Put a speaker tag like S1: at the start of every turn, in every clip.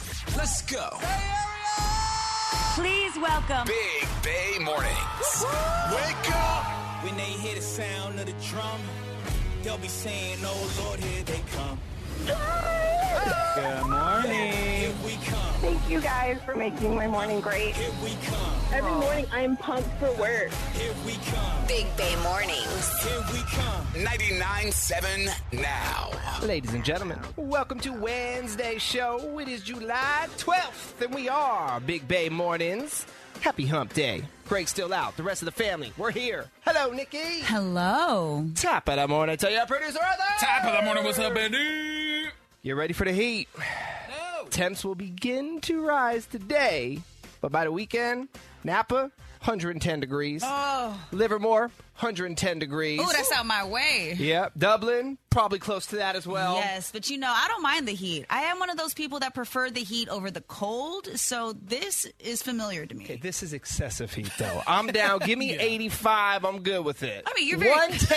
S1: Frisco.
S2: Please welcome.
S1: Big Bay Mornings. Wake up!
S3: When they hear the sound of the drum, they'll be saying, Oh Lord, here they come.
S4: Good morning.
S3: Here we come.
S5: Thank you guys for making my morning great.
S3: Here we come.
S5: Every morning I am pumped for work.
S3: Here we come.
S6: Big Bay Mornings.
S3: Here we come.
S1: 99.7 now.
S4: Ladies and gentlemen, welcome to Wednesday's show. It is July 12th, and we are Big Bay Mornings. Happy Hump Day. Craig's still out. The rest of the family, we're here. Hello, Nikki.
S2: Hello.
S4: Top of the morning to your producer, Arthur.
S1: baby?
S4: Get ready for the heat. Temps will begin to rise today, but by the weekend, Napa, 110 degrees.
S2: Oh,
S4: Livermore, 110 degrees.
S2: ooh, that's out my way.
S4: Yep. Dublin, probably close to that as well.
S2: Yes, but you know, I don't mind the heat. I am one of those people that prefer the heat over the cold, so this is familiar to me.
S4: This is excessive heat, though. I'm down. Give me 85. I'm good with it. I
S2: mean, you're very-
S4: 110.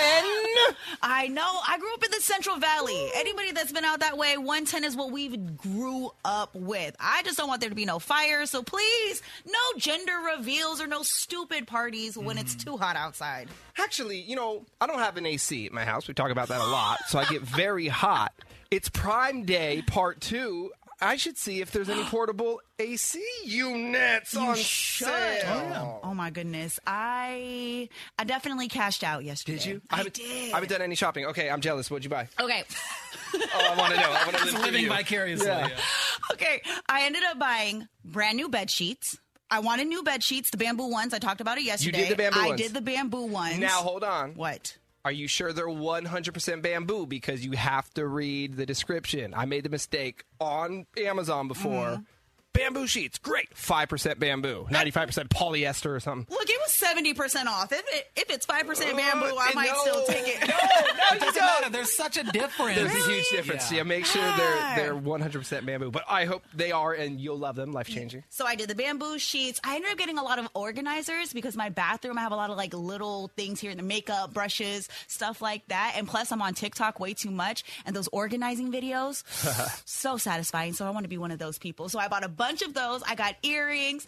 S2: I know. I grew up in the Central Valley. Anybody that's been out that way, 110 is what we grew up with. I just don't want there to be no fire, so please, no gender reveals or no stupid parties when it's too hot outside.
S4: Actually, you know, I don't have an AC at my house. We talk about that a lot. So I get very hot. It's Prime Day Part 2. I should see if there's any portable AC units on sale.
S2: Oh my goodness. I I definitely cashed out yesterday.
S4: Did you?
S2: I,
S4: haven't,
S2: did.
S4: I haven't done any shopping. Okay, I'm jealous. What'd you buy?
S2: okay.
S4: Oh, I want to know. I want to live through
S7: living
S4: you.
S7: vicariously.
S4: Yeah.
S7: yeah.
S2: Okay. I ended up buying brand new bed sheets. I wanted new bed sheets, the bamboo ones. I talked about it yesterday.
S4: the bamboo
S2: I
S4: ones.
S2: did the bamboo ones.
S4: Now, hold on.
S2: what?
S4: Are you sure they're 100% bamboo? Because you have to read the description. I made the mistake on Amazon before.
S2: Mm-hmm.
S4: Bamboo sheets, great. 5% bamboo, 95% polyester or something.
S2: Look, it was seventy percent off. If it, if it's five percent bamboo, I
S4: Uh,
S2: might
S4: no.
S2: still take it.
S4: No, no, you
S7: Doesn't
S4: don't.
S7: matter. There's such a difference.
S4: There's a huge difference. Yeah.
S7: Yeah.
S4: make sure they're they're 100% bamboo. But I hope they are, and you'll love them. Life changing.
S2: So I did the bamboo sheets. I ended up getting a lot of organizers because my bathroom, I have a lot of like little things here, the makeup, brushes, stuff like that. And plus, I'm on TikTok way too much. And those organizing videos, so satisfying. So I want to be one of those people. So I bought a bunch of those. I got earrings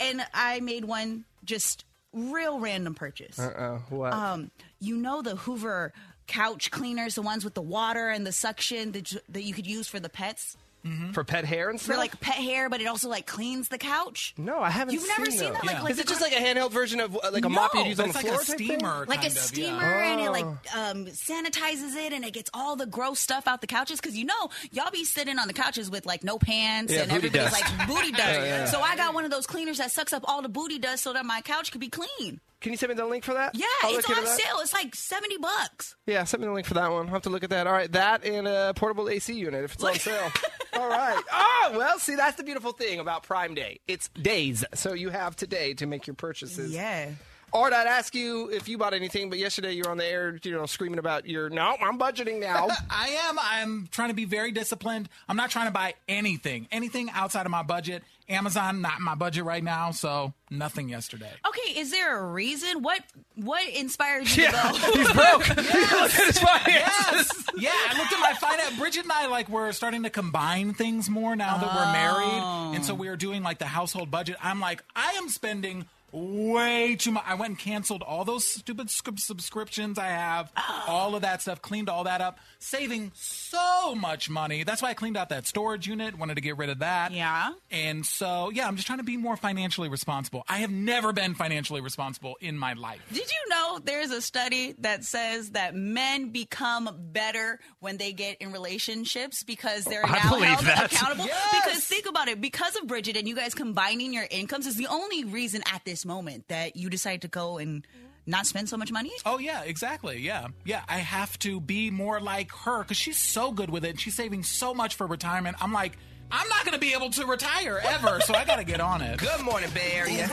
S2: and I made one just real random purchase.
S4: Uh, what?
S2: Um, you know, the Hoover couch cleaners, the ones with the water and the suction that you, that you could use for the pets
S4: Mm-hmm. For pet hair and stuff?
S2: for like pet hair, but it also like cleans the couch.
S4: no, I haven't
S2: You've never seen
S4: those.
S2: that, like- Yeah. like
S4: Is it
S2: the-
S4: just like a handheld version of uh, like a mop
S2: No,
S4: you'd use
S7: But
S4: on
S7: it's
S4: the
S7: like
S4: floor?
S7: a
S4: type thing?
S7: steamer,
S2: like
S7: kind
S2: a
S7: of,
S2: steamer
S7: Yeah.
S2: and it like um, sanitizes it and it gets all the gross stuff out the couches because you know y'all be sitting on the couches with like no pants
S4: Yeah,
S2: and
S4: booty
S2: everybody's
S4: dust.
S2: like booty dust
S4: yeah.
S2: so i got one of those cleaners that sucks up all the booty dust so that my couch could be clean
S4: Can you send me the link for that?
S2: yeah
S4: I'll
S2: it's
S4: look into
S2: on
S4: Oh, that.
S2: sale it's like 70 bucks
S4: Yeah, send me the link for that one. I'll have to look at that. All right, that and a portable AC unit if it's on sale. All right. Oh, well, see, that's the beautiful thing about Prime Day. It's days, so you have today to make your purchases.
S2: yeah
S4: Art, I'd ask you if you bought anything, but yesterday you were on the air, you know, screaming about your, no, I'm budgeting now.
S7: I am. I'm trying to be very disciplined. I'm not trying to buy anything, anything outside of my budget. Amazon, not in my budget right now, so nothing yesterday.
S2: okay is there a reason what what inspired you to go
S4: He's broke. Look at his finances.
S7: yeah, I looked at my finance. Bridget and I like we're starting to combine things more now that we're married, and so we are doing like the household budget. I'm like, I am spending way too much. I went and canceled all those stupid scrip- subscriptions I have, all of that stuff, cleaned all that up, saving so much money. That's why I cleaned out that storage unit. Wanted to get rid of that.
S2: Yeah.
S7: and so yeah, I'm just trying to be more financially responsible. I have never been financially responsible in my life.
S2: Did you know there's a study that says that men become better when they get in relationships because they're now
S4: believe
S2: held
S4: that.
S2: accountable?
S7: Yes.
S2: Because think about it, because of Bridget and you guys combining your incomes is the only reason at this moment that you decide to go and not spend so much money.
S7: Oh yeah, exactly. Yeah, yeah. I have to be more like her because she's so good with it. and She's saving so much for retirement. I'm like, I'm not going to be able to retire ever, so I got to get on it.
S4: Good morning, Bay Area.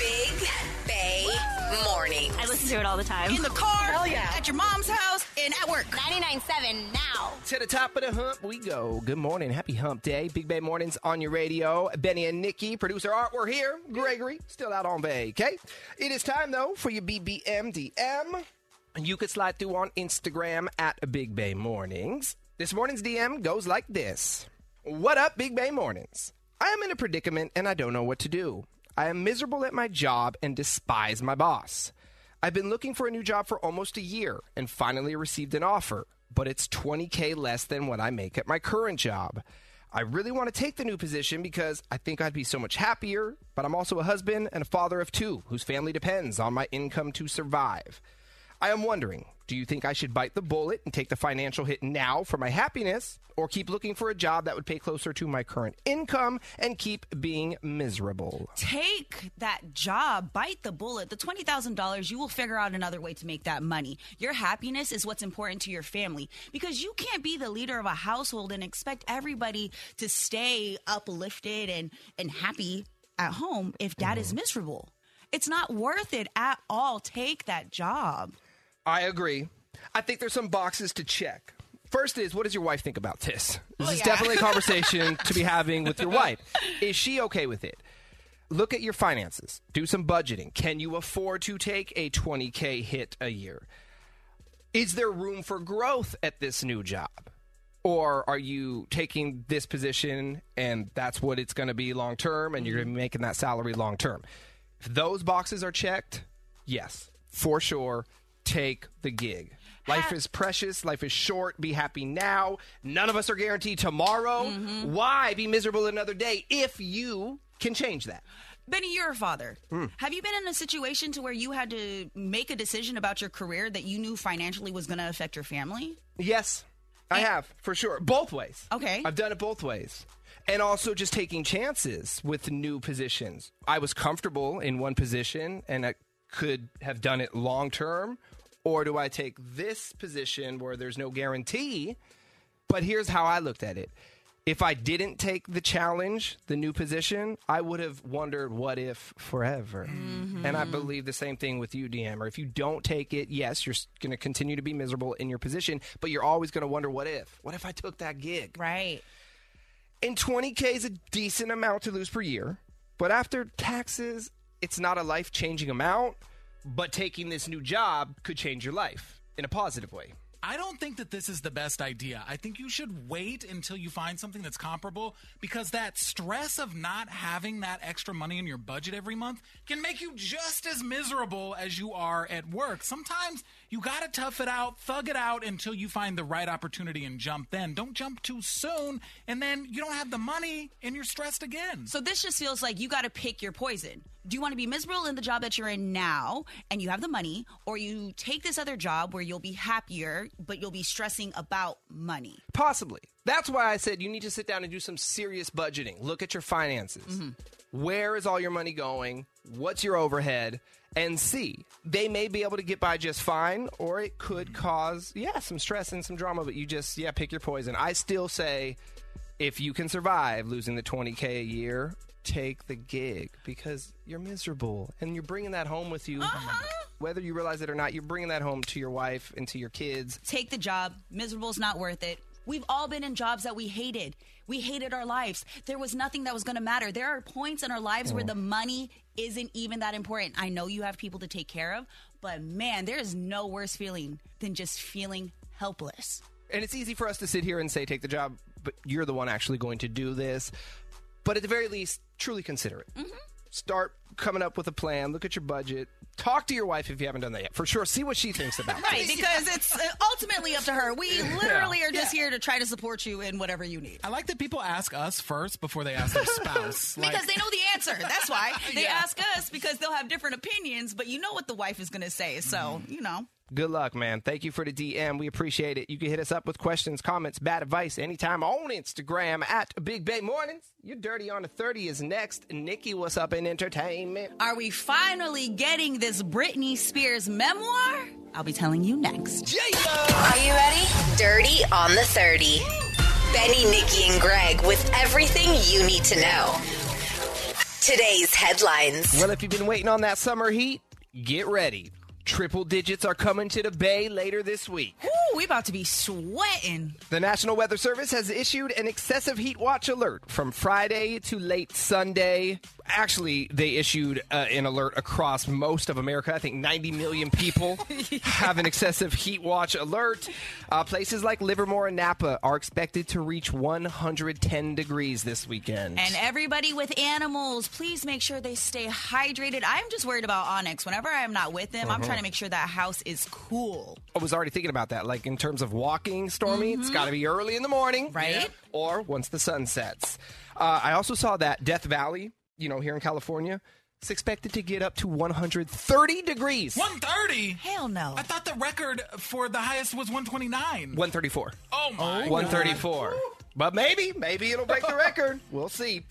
S6: Big Bay Mornings.
S8: I listen to it all the time.
S2: In the car,
S5: Hell yeah.
S2: at your mom's house, and at work.
S8: 99.7 now.
S4: To the top of the hump we go. Good morning. Happy hump day. Big Bay Mornings on your radio. Benny and Nikki, producer Art, we're here. Gregory, still out on Bay, okay? It is time, though, for your BBMDM. You could slide through on Instagram at Big Bay Mornings. This morning's DM goes like this. What up, Big Bay Mornings? I am in a predicament and I don't know what to do. I am miserable at my job and despise my boss. I've been looking for a new job for almost a year and finally received an offer, but it's 20K less than what I make at my current job. I really want to take the new position because I think I'd be so much happier, but I'm also a husband and a father of two whose family depends on my income to survive. I am wondering do you think I should bite the bullet and take the financial hit now for my happiness, or keep looking for a job that would pay closer to my current income and keep being miserable?
S2: Take that job, bite the bullet. The $20,000, you will figure out another way to make that money. Your happiness is what's important to your family because you can't be the leader of a household and expect everybody to stay uplifted and, and happy at home if dad is miserable. It's not worth it at all. Take that job.
S4: I agree. I think there's some boxes to check. First is, what does your wife think about this? This is definitely a conversation to be having with your wife. Is she okay with it? Look at your finances. Do some budgeting. Can you afford to take a 20K hit a year? Is there room for growth at this new job? Or are you taking this position and that's what it's going to be long term and you're going to be making that salary long term? If those boxes are checked, yes, for sure, take the gig. Life is precious. Life is short. Be happy now. None of us are guaranteed tomorrow. Why be miserable another day if you can change that?
S2: Benny, you're a father. Have you been in a situation to where you had to make a decision about your career that you knew financially was going to affect your family?
S4: Yes, I have for sure. Both ways.
S2: Okay.
S4: I've done it both ways. And also just taking chances with new positions. I was comfortable in one position and I could have done it long term. Or do I take this position where there's no guarantee? But here's how I looked at it. If I didn't take the challenge, the new position, I would have wondered what if forever. And I believe the same thing with you, DM. Or if you don't take it, yes, you're going to continue to be miserable in your position, but you're always going to wonder what if? What if I took that gig?
S2: Right.
S4: And 20K is a decent amount to lose per year. But after taxes, it's not a life changing amount. But taking this new job could change your life in a positive way.
S7: I don't think that this is the best idea. I think you should wait until you find something that's comparable because that stress of not having that extra money in your budget every month can make you just as miserable as you are at work. Sometimes you got to tough it out, thug it out until you find the right opportunity and jump then. Don't jump too soon and then you don't have the money and you're stressed again.
S2: So this just feels like you got to pick your poison. Do you want to be miserable in the job that you're in now and you have the money, or you take this other job where you'll be happier, but you'll be stressing about money?
S4: Possibly. That's why I said you need to sit down and do some serious budgeting. Look at your finances. Where is all your money going? What's your overhead? And see, they may be able to get by just fine, or it could cause, yeah, some stress and some drama, but you just, yeah, pick your poison. I still say if you can survive losing the 20K a year, take the gig because you're miserable and you're bringing that home with you. Whether you realize it or not, you're bringing that home to your wife and to your kids.
S2: Take the job. Miserable's not worth it. We've all been in jobs that we hated. We hated our lives. There was nothing that was going to matter. There are points in our lives where the money isn't even that important. I know you have people to take care of, but man, there is no worse feeling than just feeling helpless.
S4: and it's easy for us to sit here and say take the job but you're the one actually going to do this but at the very least truly consider it start coming up with a plan look at your budget talk to your wife if you haven't done that yet for sure see what she thinks about
S2: Right, because it's uh, ultimately up to her. We literally are just here to try to support you in whatever you need.
S7: I like that people ask us first before they ask their spouse. Like-
S2: Because they know the answer. That's why they
S7: Yeah.
S2: ask us because they'll have different opinions, but you know what the wife is going to say. So, you know.
S4: it good luck man thank you for the dm we appreciate it you can hit us up with questions comments bad advice anytime on instagram at big bay mornings you're dirty on the 30 is next nikki what's up in entertainment
S2: Are we finally getting this Britney Spears memoir? I'll be telling you next.
S6: Are you ready? Dirty on the 30. Benny, Nikki, and Greg with everything you need to know. Today's headlines.
S4: Well, if you've been waiting on that summer heat, get ready. Triple digits are coming to the Bay later this week.
S2: Ooh, we about to be sweating.
S4: The National Weather Service has issued an excessive heat watch alert from Friday to late Sunday. actually, they issued uh, an alert across most of America. I think 90 million people have an excessive heat watch alert. Uh, places like Livermore and Napa are expected to reach 110 degrees this weekend.
S2: And everybody with animals, please make sure they stay hydrated. I'm just worried about Onyx. Whenever I'm not with him, I'm trying to make sure that house is cool.
S4: I was already thinking about that. Like in terms of walking, Stormy, it's got to be early in the morning,
S2: Right. Yeah.
S4: Or once the sun sets. Uh, I also saw that Death Valley, you know, here in California, is expected to get up to 130 degrees.
S7: 130?
S2: Hell no.
S7: I thought the record for the highest was 129.
S4: 134.
S7: Oh my.
S4: 134. But maybe, maybe it'll break the record. We'll see.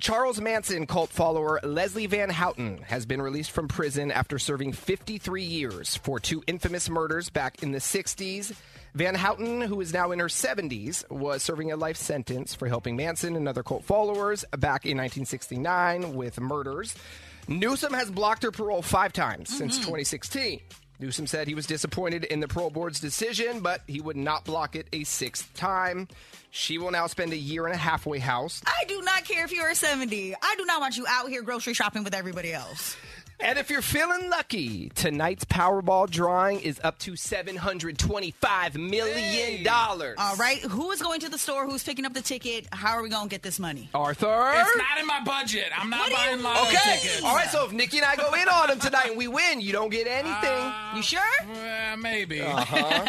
S4: Charles Manson cult follower Leslie Van Houten has been released from prison after serving 53 years for two infamous murders back in the 60s. Van Houten, who is now in her 70s, was serving a life sentence for helping Manson and other cult followers back in 1969 with murders. Newsom has blocked her parole five times since 2016. Newsom said he was disappointed in the parole board's decision, but he would not block it a sixth time. She will now spend a year in a halfway house.
S2: I do not care if you are 70. I do not want you out here grocery shopping with everybody else.
S4: And if you're feeling lucky, tonight's Powerball drawing is up to $725 million.
S2: All right, who is going to the store? Who's picking up the ticket? How are we going to get this money?
S4: Arthur.
S7: It's not in my budget. I'm not
S2: What do you
S7: buying lotto
S4: okay.
S7: tickets.
S4: All right, so if Nikki and I go in on them tonight and we win, you don't get anything.
S2: You sure?
S7: Uh, maybe.
S2: Uh-huh.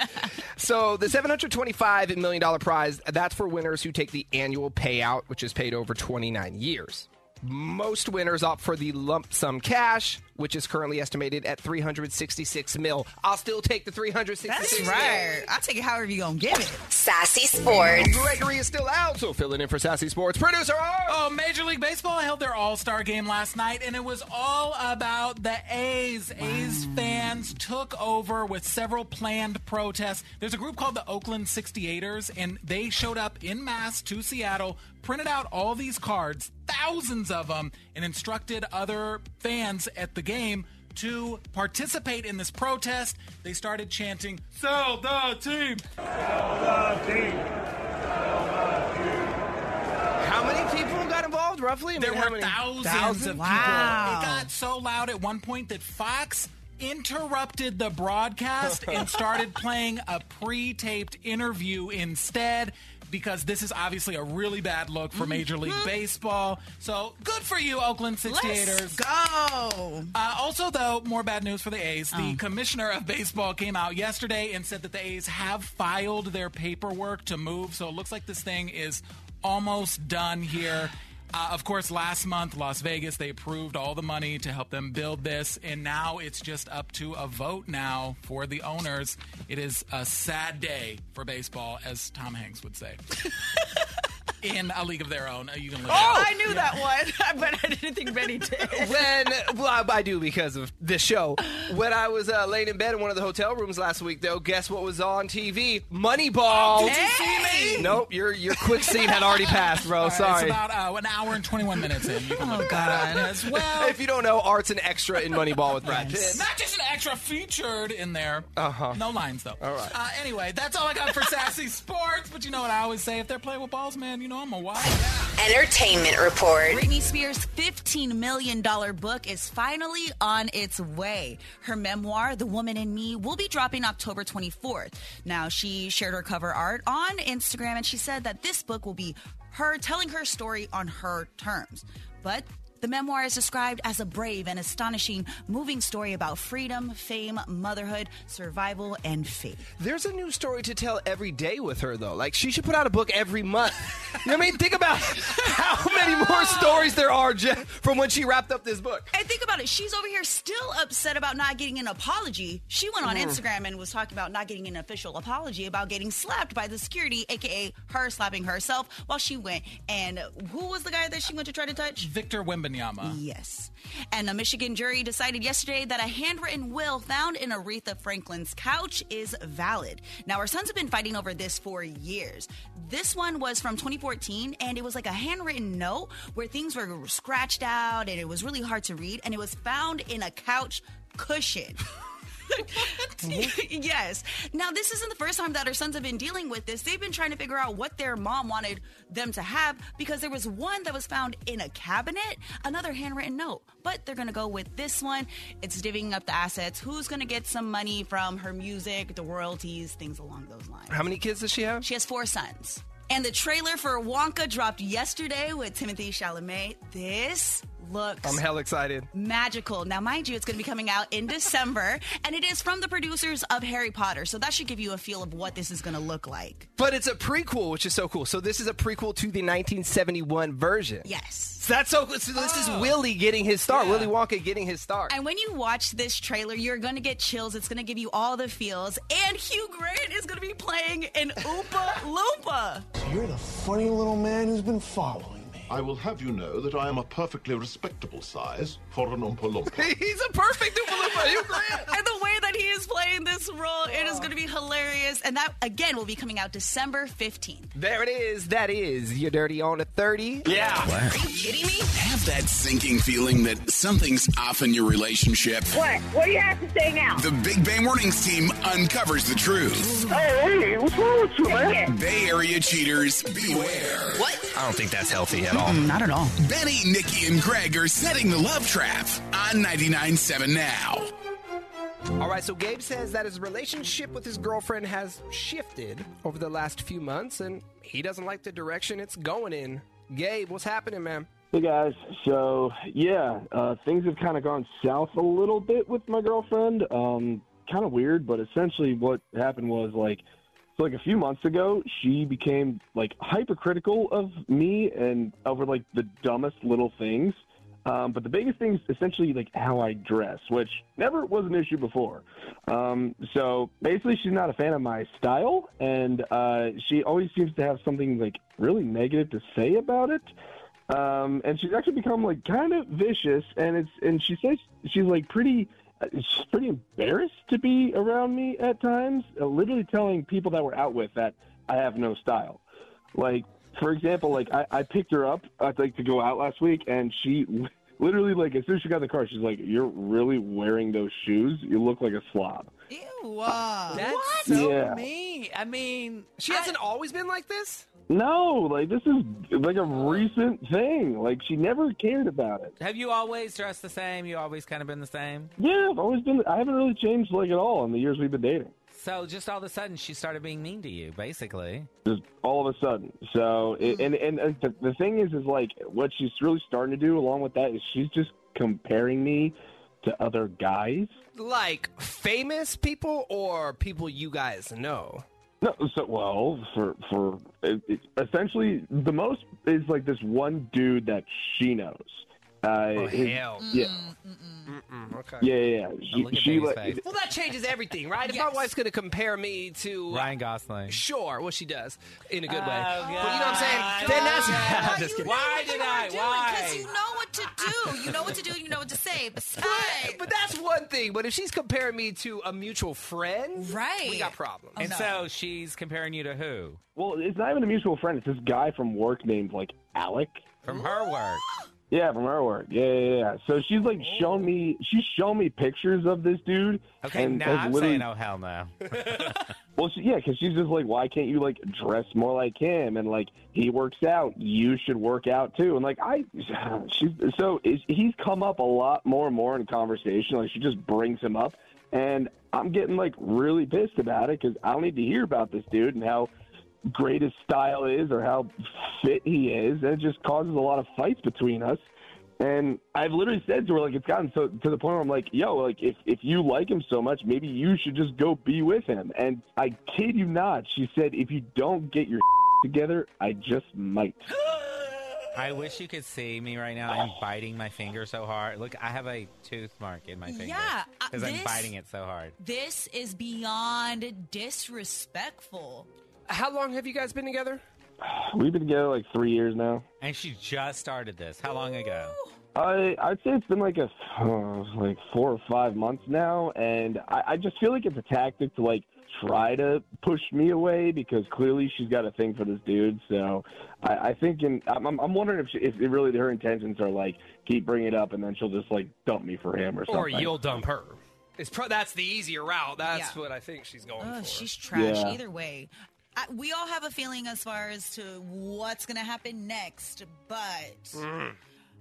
S4: So the seven hundred twenty-five million dollar prize that's for winners who take the annual payout, which is paid over twenty-nine years. Most winners opt for the lump sum cash, which is currently estimated at three hundred sixty-six mil. I'll still take the three hundred
S2: That's
S4: sixty-six.
S2: right. I'll take it however you going to give it.
S6: Sassy Sports.
S4: Gregory is still out, so filling in for Sassy Sports producer. Art.
S7: Oh, Major League Baseball held their All Star game last night, and it was all about the A's. A's fans took over with several planned protests. There's a group called the Oakland 68ers, and they showed up in mass to Seattle, printed out all these cards, thousands of them, and instructed other fans at the game. To participate in this protest, they started chanting, Sell the team!
S4: How many people got involved, roughly? I mean,
S7: There
S4: how
S7: were
S4: many?
S7: thousands, of people.
S2: Wow.
S7: It got so loud at one point that Fox interrupted the broadcast and started playing a pre-taped interview instead because this is obviously a really bad look for Major League Baseball. So, good for you Oakland 68ers.
S2: Let's go.
S7: Uh, also, though, more bad news for the A's.
S2: Oh.
S7: The commissioner of baseball came out yesterday and said that the A's have filed their paperwork to move. So it looks like this thing is almost done here. Uh, of course, last month, Las Vegas, they approved all the money to help them build this. And now it's just up to a vote now for the owners. It is a sad day for baseball, as Tom Hanks would say. In a league of their own. Uh, You can look it up.
S4: Oh!
S2: I knew that one, but I didn't think Benny did.
S4: when well, I- I do because of this show. When I was uh, laying in bed in one of the hotel rooms last week, though, guess what was on TV? Moneyball.
S2: did you see me?
S4: Nope, your your quick scene had already passed,
S9: Oh,
S4: bro.
S7: All right,
S4: Sorry.
S7: It's about uh, an hour and 21 minutes in. You can look
S2: Oh,
S7: it
S2: God.
S7: up as well.
S4: if you don't know, Art's an extra in Moneyball with Brad Pitt.
S7: Not just an extra featured in there. Uh-huh. No lines though. All right. Uh, anyway, that's all I got for sassy sports. But you know what I always say: if they're playing with balls, man, you know I'm a wild.
S6: Entertainment Report.
S2: Britney Spears' $15 million book is finally on its way. Her memoir, The Woman in Me, will be dropping October 24th. Now, she shared her cover art on Instagram and she said that this book will be her telling her story on her terms. But the memoir is described as a brave and astonishing, moving story about freedom, fame, motherhood, survival, and faith.
S4: There's a new story to tell every day with her, though. Like she should put out a book every month. you know what I mean? Think about how many more stories there are Jeff, from when she wrapped up this book.
S2: And think about it. She's over here still upset about not getting an apology. She went on Instagram and was talking about not getting an official apology about getting slapped by the security, aka her slapping herself while she went. And who was the guy that she went to try to touch?
S7: Victor Wembanyama.
S2: Yes. And a Michigan jury decided yesterday that a handwritten will found in Aretha Franklin's couch is valid. Now, our sons have been fighting over this for years. This one was from 2014, and it was like a handwritten note where things were scratched out and it was really hard to read, and it was found in a couch cushion. Mm-hmm. yes. Now, this isn't the first time that her sons have been dealing with this. They've been trying to figure out what their mom wanted them to have because there was one that was found in a cabinet, another handwritten note. But they're going to go with this one. It's divvying up the assets. Who's going to get some money from her music, the royalties, things along those lines?
S4: How many kids does she have?
S2: She has four sons. And the trailer for Wonka dropped yesterday with Timothy Chalamet. This looks
S4: I'm hell excited.
S2: magical. Now, mind you, it's going to be coming out in December, and it is from the producers of Harry Potter. So that should give you a feel of what this is going to look like.
S4: But it's a prequel, which is so cool. So this is a prequel to the 1971 version.
S2: Yes. Oh.
S4: So that's so cool. So this is Willy getting his start. Willy Wonka getting his start.
S2: And when you watch this trailer, you're going to get chills. It's going to give you all the feels. And Hugh Grant is going to be playing in Oompa Loompa.
S10: You're the funny little man who's been following me.
S11: I will have you know that I am a perfectly respectable size for an Oompa Loompa.
S4: He's a perfect Oompa Loompa. Hugh Grant.
S2: and the way that he is playing this role, it is going to be hilarious. And that, again, will be coming out December 15th.
S4: There it is. That is your dirty on a 30.
S1: Yeah.
S6: Are you kidding me?
S12: Have that sinking feeling that something's off in your relationship?
S5: What? What do you have to say now?
S12: The Big Bang Warnings team uncovers the truth.
S5: Hey, what's wrong with you, man?
S12: Bay Area cheaters, beware.
S6: What?
S4: I don't think that's healthy at all.
S2: Not at all.
S12: Benny, Nikki, and Greg are setting the love trap on 99.7 now.
S4: All right, so Gabe says that his relationship with his girlfriend has shifted over the last few months, and he doesn't like the direction it's going in. Gabe, what's happening, man?
S10: Hey guys, so yeah, uh, things have kind of gone south a little bit with my girlfriend. Um, kind of weird, but essentially what happened was like, so like a few months ago, she became like hypercritical of me and over like the dumbest little things. Um, but the biggest thing is essentially like how I dress, which never was an issue before. Um, so basically, she's not a fan of my style, and uh, she always seems to have something like really negative to say about it. Um, and she's actually become like kind of vicious, and it's and she says she's like pretty. uh, She's pretty embarrassed to be around me at times, uh, literally telling people that we're out with that I have no style. Like, for example, like I, I picked her up, I think, to go out last week, and she li- literally, like, as soon as she got in the car, she's like, "You're really wearing those shoes? You look like a slob."
S2: Ew.
S4: That's
S2: what?
S4: so
S10: Yeah.
S4: mean. I mean, she hasn't always been like this.
S10: No, like this is like a recent thing. Like she never cared about it.
S9: Have you always dressed the same? You always kind of been the same?
S10: Yeah, I've always been. I haven't really changed like at all in the years we've been dating.
S9: So just all of a sudden, she started being mean to you, basically.
S10: just all of a sudden. So, it, and and uh, the, the thing is, is like what she's really starting to do along with that is she's just comparing me to other guys.
S4: Like famous people or people you guys know.
S10: No, so well, for for it, it, essentially the most is like this one dude that she knows. Uh,
S4: Oh,
S10: his-
S4: hell.
S10: yeah,
S4: Mm, okay.
S10: yeah, yeah, yeah.
S9: And look
S10: She,
S9: at
S10: she
S9: Baby's
S10: like-
S9: face.
S4: Well, that changes everything, right? If
S2: Yes.
S4: my wife's going to compare me to
S9: Ryan Gosling.
S4: Sure, well, she does in a good way.
S9: Oh,
S4: But you know what I'm saying? Then that's. I'm just kidding.
S9: Why did I?
S2: Because
S9: Why?
S2: you know what to do. You know what to do. and You know what to say. Besides,
S4: But that's one thing. But if she's comparing me to a mutual friend,
S2: Right.
S4: we got problems.
S2: Oh,
S9: and so she's comparing you to who?
S10: well, it's not even a mutual friend. It's this guy from work named like Alec.
S9: From her work.
S10: Yeah, from her work. Yeah, yeah, yeah. So she's like shown me. She's shown me pictures of this dude.
S9: Okay,
S10: and
S9: now
S10: has
S9: I'm
S10: literally-
S9: saying oh hell no.
S10: Well, she, yeah, because she's just like, why can't you like dress more like him? And like, he works out, you should work out too. And like, I, she's so is, he's come up a lot more and more in conversation. Like, she just brings him up, and I'm getting like really pissed about it because I don't need to hear about this dude and how great his style is or how fit he is. And it just causes a lot of fights between us. And I've literally said to her, like, it's gotten so to the point where I'm like, yo, like, if, if you like him so much, maybe you should just go be with him. And I kid you not, she said, if you don't get your together, I just might.
S9: I wish you could see me right now. I'm biting my finger so hard. Look, I have a tooth mark in my finger.
S2: Yeah, uh,
S9: Because I'm
S2: this-
S9: biting it so hard.
S2: this is beyond disrespectful.
S4: How long have you guys been together?
S10: We've been together like three years now.
S9: And she just started this. How long ago?
S10: I I'd say it's been like a oh, like four or five months now, and I, I just feel like it's a tactic to like try to push me away because clearly she's got a thing for this dude. So I, I think, and I'm I'm- I'm wondering if she, if it really her intentions are like keep bringing it up and then she'll just like dump me for him or something.
S4: Or you'll dump her. It's pro- that's the easier route. That's
S2: Yeah.
S4: what I think she's going
S2: Ugh,
S4: for.
S2: she's trash
S4: Yeah.
S2: either way. I, we all have a feeling as far as to what's going to happen next, but
S9: Mm.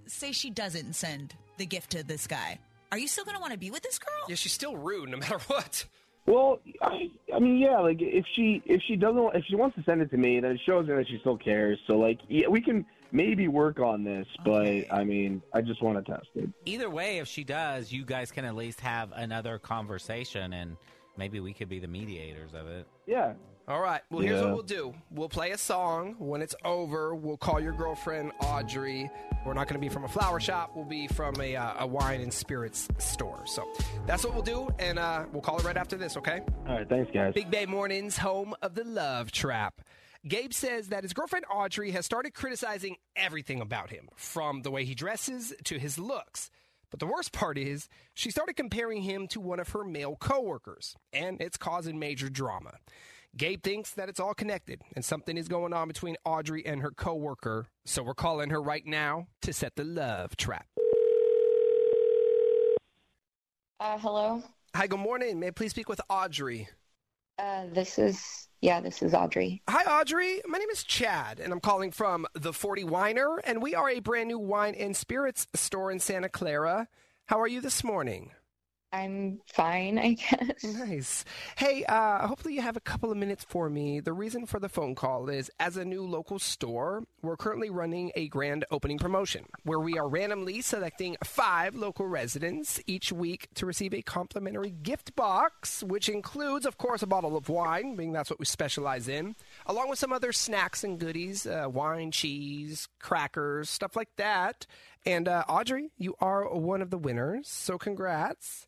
S2: say she doesn't send the gift to this guy. Are you still going to want to be with this girl?
S4: Yeah, she's still rude no matter what.
S10: Well, I, I mean, yeah, like if she if she doesn't if she wants to send it to me, then it shows her that she still cares. So like, yeah, we can maybe work on this, but I mean, I just want to test it.
S9: Either way, if she does, you guys can at least have another conversation, and maybe we could be the mediators of it.
S10: Yeah.
S4: All right. Well, here's
S9: Yeah.
S4: what we'll do. We'll play a song. When it's over, we'll call your girlfriend Audrey. We're not going to be from a flower shop. We'll be from a, uh, a wine and spirits store. So that's what we'll do, and uh, we'll call it right after this. Okay.
S10: All right, thanks, guys.
S4: Big Bay Mornings, home of the love trap. Gabe says that his girlfriend Audrey has started criticizing everything about him, from the way he dresses to his looks. But the worst part is, she started comparing him to one of her male coworkers, and it's causing major drama. Gabe thinks that it's all connected and something is going on between Audrey and her coworker, so we're calling her right now to set the love trap.
S13: Uh, hello.
S4: Hi, good morning. May I please speak with Audrey?
S13: Uh, this is yeah, this is Audrey.
S4: Hi, Audrey. My name is Chad, and I'm calling from the 40 Winer, and we are a brand new wine and spirits store in Santa Clara. How are you this morning?
S13: I'm fine, I guess.
S4: Nice. Hey, uh, hopefully you have a couple of minutes for me. The reason for the phone call is as a new local store, we're currently running a grand opening promotion where we are randomly selecting five local residents each week to receive a complimentary gift box, which includes, of course, a bottle of wine, being that's what we specialize in, along with some other snacks and goodies uh, wine, cheese, crackers, stuff like that. And uh, Audrey, you are one of the winners, so congrats.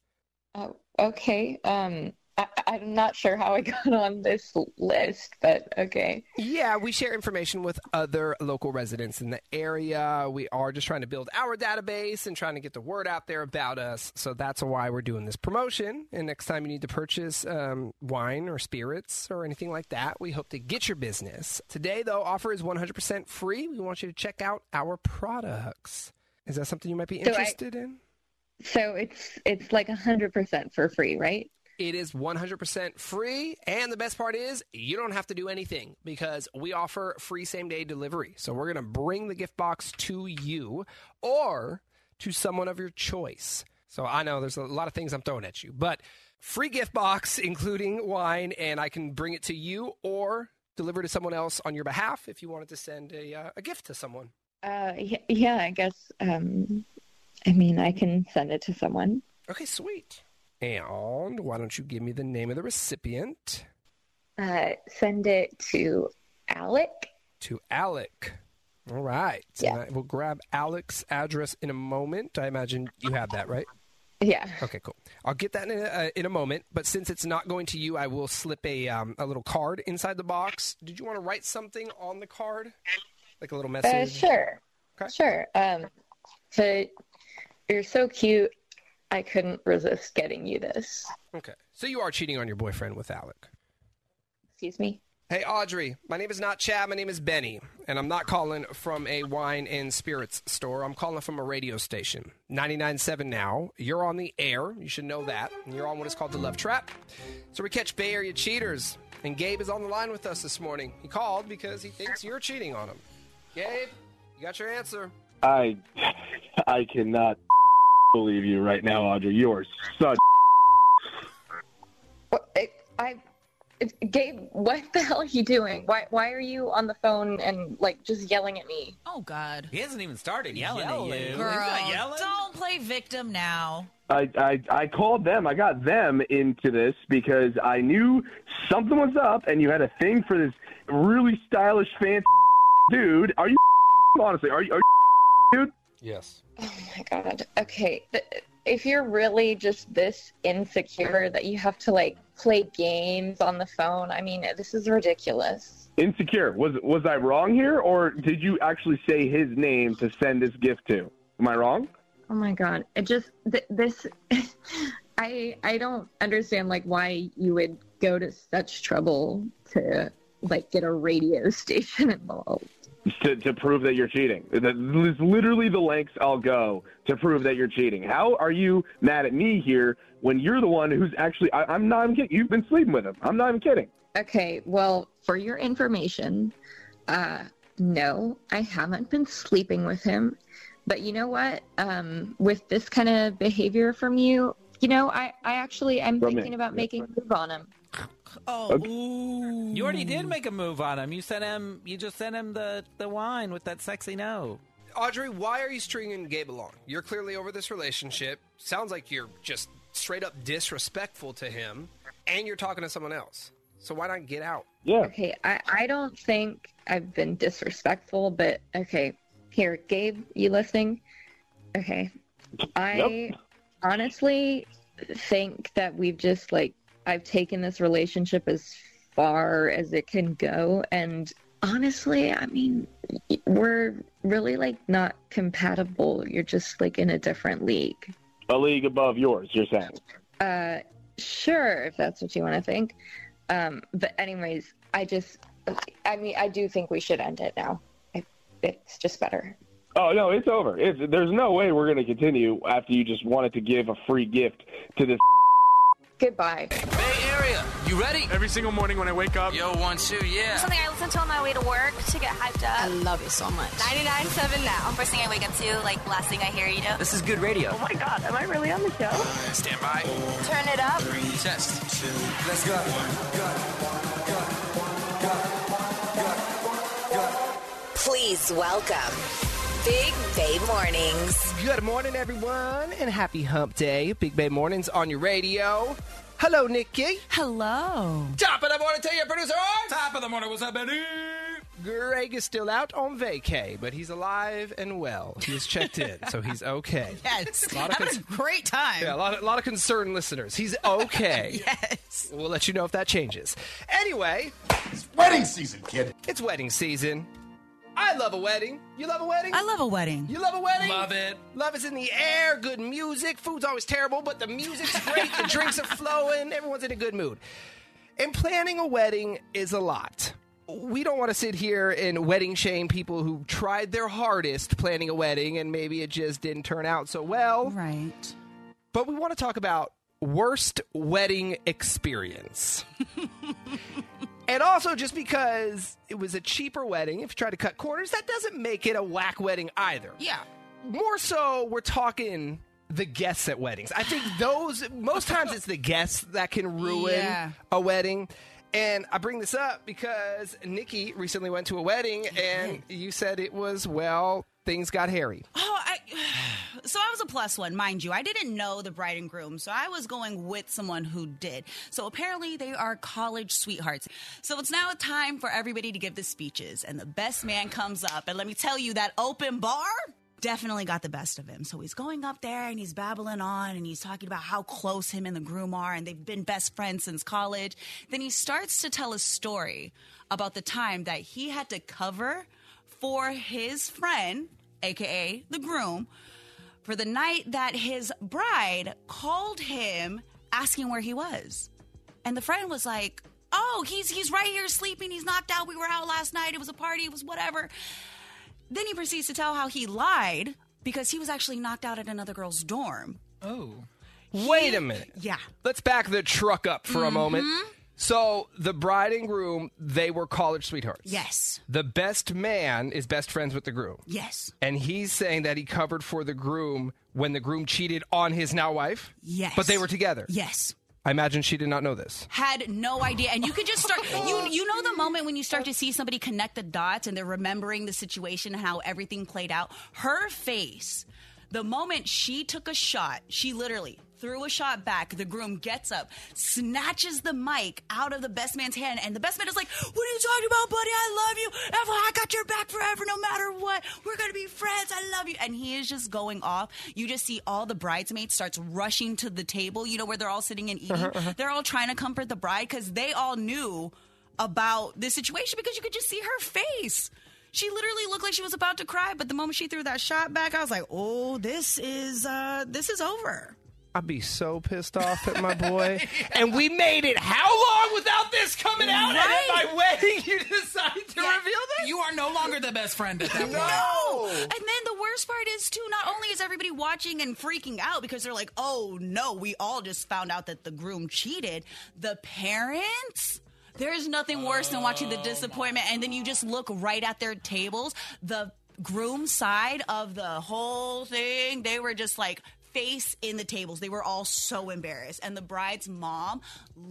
S13: Oh, okay. Um, I, I'm not sure how I got on this list, but okay.
S4: Yeah, we share information with other local residents in the area. We are just trying to build our database and trying to get the word out there about us. So that's why we're doing this promotion. And next time you need to purchase um, wine or spirits or anything like that, we hope to get your business. Today, though, offer is 100% free. We want you to check out our products. Is that something you might be
S13: So I-
S4: interested in?
S13: So it's it's like hundred percent for free, right?
S4: It is 100% free. And the best part is, you don't have to do anything because we offer free same day delivery. So we're going to bring the gift box to you or to someone of your choice. So I know there's a lot of things I'm throwing at you, but free gift box, including wine, and I can bring it to you or deliver to someone else on your behalf if you wanted to send a, uh, a gift to someone.
S13: Uh, yeah, yeah, I guess. Um, I mean, I can send it to someone.
S4: Okay, sweet. And why don't you give me the name of the recipient?
S13: Uh, send it to Alec.
S4: to Alec. All right. Yeah. we'll grab Alec's address in a moment. I imagine you have that, right?
S13: Yeah.
S4: Okay, cool. I'll get that in a, uh, in a moment. But since it's not going to you, I will slip a um, a little card inside the box. Did you want to write something on the card, like a little message?
S13: Uh, sure. Sure. Um, but you're so cute. I couldn't resist getting you this.
S4: Okay. So you are cheating on your boyfriend with Alec.
S13: Excuse me.
S4: Hey, Audrey. My name is not Chad. My name is Benny, and I'm not calling from a wine and spirits store. I'm calling from a radio station, 99.7 now. You're on the air. You should know that. And you're on what is called the Love Trap. So we catch Bay Area cheaters, and Gabe is on the line with us this morning. He called because he thinks you're cheating on him. Gabe, you got your answer.
S10: I I cannot believe you right now, Audrey. You are such.
S13: I, Gabe, what the hell are you doing? Why, why are you on the phone and like just yelling at me?
S2: Oh God.
S9: He hasn't even started yelling at you.
S2: Girl,
S9: He's not yelling.
S2: don't play victim now.
S10: I, I I called them. I got them into this because I knew something was up, and you had a thing for this really stylish, fancy dude. Are you honestly? Are you? Are you dude?
S4: Yes.
S13: Oh my god. Okay, th- if you're really just this insecure that you have to like play games on the phone, I mean, this is ridiculous.
S10: Insecure. Was was I wrong here, or did you actually say his name to send this gift to? Am I wrong?
S13: Oh my god. It just th- this I I don't understand like why you would go to such trouble to like get a radio station involved.
S14: to, to prove that you're cheating. That is literally the lengths I'll go to prove that you're cheating. How are you mad at me here when you're the one who's actually? I, I'm not even kidding. You've been sleeping with him. I'm not even kidding.
S13: Okay, well, for your information, uh, no, I haven't been sleeping with him. But you know what? Um, with this kind of behavior from you, you know, I, I actually am
S9: From me,
S13: thinking about
S9: yeah,
S13: making a move on him.
S9: Oh, you already did make a move on him. You sent him. You just sent him the the wine with that sexy no.
S4: Audrey, why are you stringing Gabe along? You're clearly over this relationship. Sounds like you're just straight up disrespectful to him, and you're talking to someone else. So why not get out?
S10: Yeah.
S13: Okay, I, I don't think I've been disrespectful, but okay. Here, Gabe, you listening? Okay. I honestly think that we've just like I've taken this relationship as far as it can go and honestly, I mean, y- we're really like not compatible. You're just like in a different league.
S10: A league above yours, you're saying.
S13: Uh, sure, if that's what you want to think. Um, but anyways, I just, I mean, I do think we should end it now. I, it's just better.
S10: Oh no, it's over. It's, there's no way we're going to continue after you just wanted to give a free gift to this.
S13: Goodbye.
S15: Area, you ready? Every single morning when I wake up. Yo, one, two, yeah.
S8: Something I listen to on my way to work to get hyped up. I love it so much. 99.7 now. First thing I wake up to, like last thing I hear, you know.
S15: This is good radio.
S8: my god, am I really on the show?
S15: Stand by.
S8: Turn it up.
S15: Test. Let's go.
S6: Please welcome Big Bay Mornings.
S4: Good morning, everyone, and happy hump day. Big Bay Mornings on your radio. Hello, Nikki.
S2: Hello.
S4: Top of the morning to your producer.
S7: Top of the morning. What's up, baby?
S4: Greg is still out on vacay, but he's alive and well. He's checked in, so he's okay.
S2: Yes.
S4: A lot of
S2: Having
S4: cons-
S2: a great time.
S4: Yeah, a lot, of, a lot of concerned listeners. He's okay.
S2: yes.
S4: We'll let you know if that changes. Anyway, it's wedding season, kid. It's wedding season. I love a wedding. You love a wedding?
S2: I love a wedding.
S4: You love a wedding?
S7: Love it.
S4: Love is in the air. Good music. Food's always terrible, but the music's great. the drinks are flowing. Everyone's in a good mood. And planning a wedding is a lot. We don't want to sit here and wedding shame people who tried their hardest planning a wedding and maybe it just didn't turn out so well.
S2: Right.
S4: But we want to talk about worst wedding experience. And also, just because it was a cheaper wedding, if you try to cut corners, that doesn't make it a whack wedding either.
S2: Yeah.
S4: More so, we're talking the guests at weddings. I think those, most times it's the guests that can ruin
S2: Yeah.
S4: a wedding. And I bring this up because Nikki recently went to a wedding and you said it was, well, things got hairy.
S2: Oh, I. So I was a plus one, mind you. I didn't know the bride and groom, so I was going with someone who did. So apparently, they are college sweethearts. So it's now time for everybody to give the speeches, and the best man comes up. And let me tell you, that open bar definitely got the best of him. So he's going up there and he's babbling on and he's talking about how close him and the groom are, and they've been best friends since college. Then he starts to tell a story about the time that he had to cover for his friend, aka the groom, for the night that his bride called him asking where he was. And the friend was like, "Oh, he's he's right here sleeping. He's knocked out. We were out last night. It was a party. It was whatever." Then he proceeds to tell how he lied because he was actually knocked out at another girl's dorm.
S7: Oh.
S4: Wait a minute.
S2: Yeah. Mm-hmm.
S4: Let's back the truck up for a moment. So, the bride and groom, they were college sweethearts.
S2: Yes.
S4: The best man is best friends with the groom.
S2: Yes.
S4: And he's saying that he covered for the groom when the groom cheated on his now wife.
S2: Yes.
S4: But they were together.
S2: Yes.
S4: I imagine she did not know this.
S2: had no idea and you could just start you you know the moment when you start to see somebody connect the dots and they're remembering the situation and how everything played out her face the moment she took a shot she literally threw a shot back the groom gets up snatches the mic out of the best man's hand and the best man is like what are you talking about buddy i love you ever i got your back forever no matter what we're gonna be friends i love you and he is just going off you just see all the bridesmaids starts rushing to the table you know where they're all sitting and eating
S16: Uh-huh, uh-huh.
S2: they're all trying to comfort the bride because they all knew about the situation because you could just see her face. She literally looked like she was about to cry, but the moment she threw that shot back, I was like, "Oh, this is uh this is over."
S4: I'd be so pissed off at my boy. And we made it how long without this coming out? And at my wedding, you decide to reveal this?
S7: You are no longer the best friend at that point.
S2: No. And then the worst part is too. Not only is everybody watching and freaking out because they're like, "Oh no, we all just found out that the groom cheated." The parents. There's nothing worse than watching the disappointment, and then you just look right at their tables. The groom side of the whole thing, they were just like face in the tables. They were all so embarrassed, and the bride's mom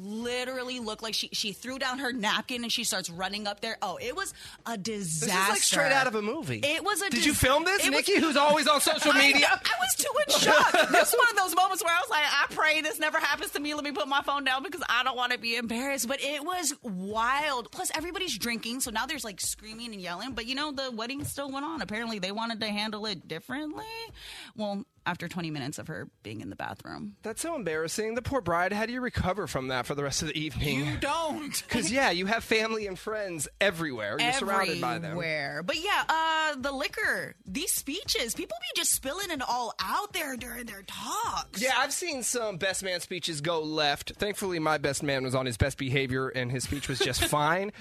S2: literally looked like she she threw down her napkin and she starts running up there. Oh, it was a disaster.
S4: This is like straight out of a movie.
S2: It was a.
S4: Did
S2: dis-
S4: you film this,
S2: it was-
S4: Nikki, who's always on social
S2: I-
S4: media?
S2: I, was too in shock. this was one of those moments where I was like, I pray this never happens to me. Let me put my phone down because I don't want to be embarrassed. But it was wild. Plus, everybody's drinking, so now there's like screaming and yelling. But you know, the wedding still went on. Apparently, they wanted to handle it differently. Well, after 20 minutes of her being in the bathroom.
S4: That's so embarrassing. The poor bride. How do you recover from that for the rest of the evening? You
S7: don't.
S4: Because, yeah, you have family and friends everywhere. You're surrounded by them.
S2: Everywhere. But yeah, uh, the liquor, these speeches, people be just spilling it all out there during their talk.
S4: Yeah, I've seen some best man speeches go left. Thankfully, my best man was on his best behavior and his speech was just fine.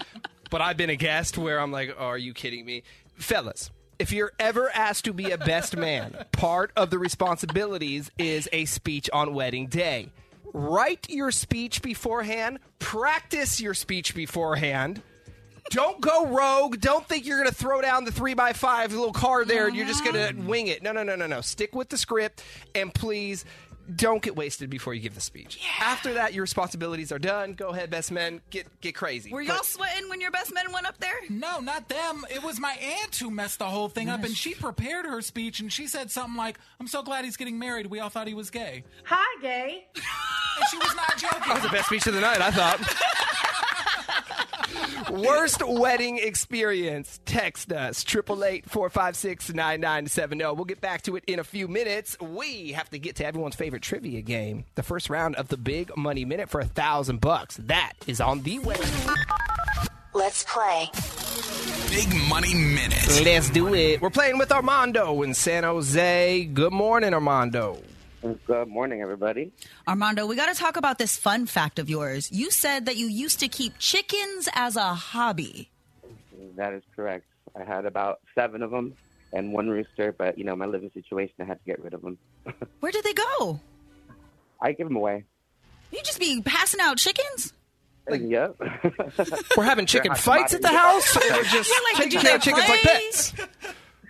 S4: But I've been a guest where I'm like, are you kidding me? Fellas, if you're ever asked to be a best man, part of the responsibilities is a speech on wedding day. Write your speech beforehand, practice your speech beforehand. Don't go rogue. Don't think you're going to throw down the three by five little card there and you're just going
S2: Uh-huh.
S4: to wing it. No, no, no, no, no. Stick with the script and please don't get wasted before you give the speech. After that, your responsibilities are done. Go ahead, best men. Get get crazy.
S2: Were y'all
S4: But-
S2: sweating when your best men went up there?
S7: No, not them. It was my aunt who messed the whole thing up, and she prepared her speech, and she said something like, "I'm so glad he's getting married. We all thought he was gay."
S5: Hi, gay.
S7: And she was not joking.
S4: that was the best speech of the night, I thought. Worst wedding experience. Text us triple eight four five six nine nine seven zero. We'll get back to it in a few minutes. We have to get to everyone's favorite trivia game. The first round of the Big Money Minute for a thousand bucks. That is on the way.
S6: Let's play.
S12: Big Money Minute.
S4: Let's do it. We're playing with Armando in San Jose. Good morning, Armando.
S16: Good morning, everybody.
S2: Armando, we got to talk about this fun fact of yours. You said that you used to keep chickens as a hobby.
S16: That is correct. I had about seven of them and one rooster, but you know my living situation, I had to get rid of them.
S2: Where did they go?
S16: I give them away.
S2: You just be passing out chickens?
S16: yep.
S4: We're having chicken fights at the house. We're just
S2: You're like,
S4: taking
S2: did you
S4: care
S2: get
S4: of chickens like
S2: played?
S4: pets.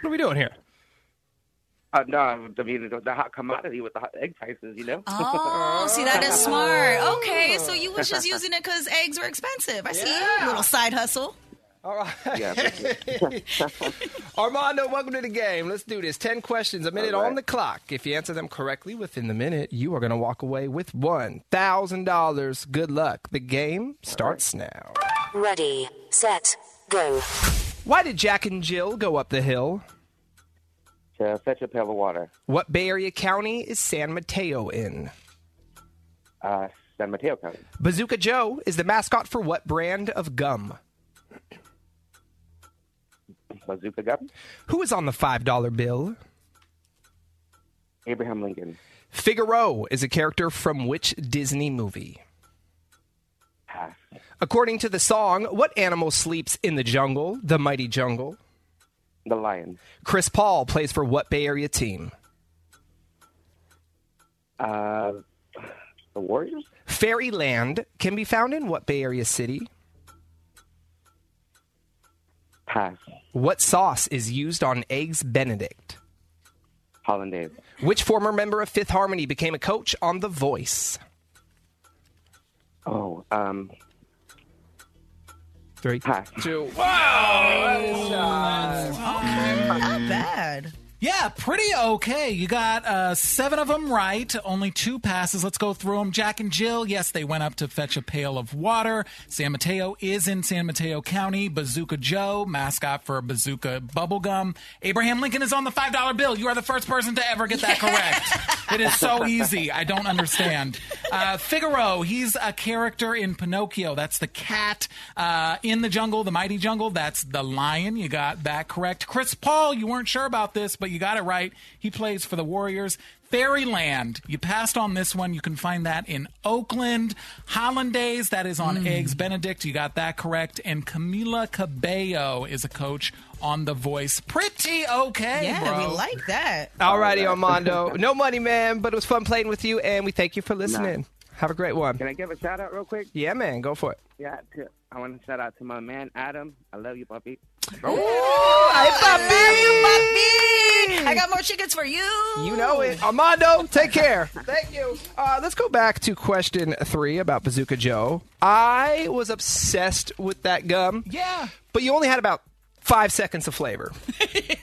S4: What are we doing here?
S16: Uh, no, I mean the hot commodity with the hot egg prices, you know.
S2: Oh, see, that is smart. Okay, so you was just using it because eggs were expensive. I see you, little side hustle.
S4: All right. Armando, welcome to the game. Let's do this. 10 questions, a minute
S16: All right.
S4: on the clock. If you answer them correctly within the minute, you are going to walk away with $1,000. Good luck. The game starts now.
S6: Ready, set, go.
S4: Why did Jack and Jill go up the hill?
S16: To fetch a pail of water.
S4: What Bay Area county is San Mateo in?
S16: Uh, San Mateo County.
S4: Bazooka Joe is the mascot for what brand of gum?
S16: Bazooka Gum.
S4: Who is on the $5 bill?
S16: Abraham Lincoln.
S4: Figaro is a character from which Disney movie?
S16: Pass.
S4: According to the song, what animal sleeps in the jungle? The mighty jungle.
S16: The Lion.
S4: Chris Paul plays for what Bay Area team?
S16: Uh, the Warriors.
S4: Fairyland can be found in what Bay Area city?
S16: Pass.
S4: What sauce is used on eggs Benedict?
S16: Hollandaise.
S4: Which former member of Fifth Harmony became a coach on The Voice?
S16: Oh, um.
S4: Three.
S16: Pass.
S4: Two.
S2: Not bad.
S7: Yeah, pretty okay. You got uh, seven of them right, only two passes. Let's go through them. Jack and Jill, yes, they went up to fetch a pail of water. San Mateo is in San Mateo County. Bazooka Joe, mascot for Bazooka Bubblegum. Abraham Lincoln is on the $5 bill. You are the first person to ever get that correct. It is so easy. I don't understand. Uh, Figaro, he's a character in Pinocchio. That's the cat. Uh, in the jungle, the mighty jungle, that's the lion. You got that correct. Chris Paul, you weren't sure about this, but you got it right. He plays for the Warriors. Fairyland, you passed on this one. You can find that in Oakland. Hollandaise, that is on
S12: Hmm.
S7: Eggs Benedict. You got that correct. And Camila Cabello is a coach on The Voice. Pretty okay,
S4: Yeah, we
S7: bro.
S4: like
S2: that.
S4: Alrighty, Armando. No money, man, but it was fun playing with you, and we thank you for listening. Have a great one.
S16: Can I give a shout out real quick?
S4: Yeah, man, go for it.
S16: Yeah, to, I want to shout out to my man Adam. I love you, puppy.
S2: I love you, puppy. I got more chickens for you.
S4: You know it. Armando, take care. Thank you. Uh, let's go back to question three about Bazooka Joe. I was obsessed with that gum.
S7: Yeah.
S4: But you only had about five seconds of flavor.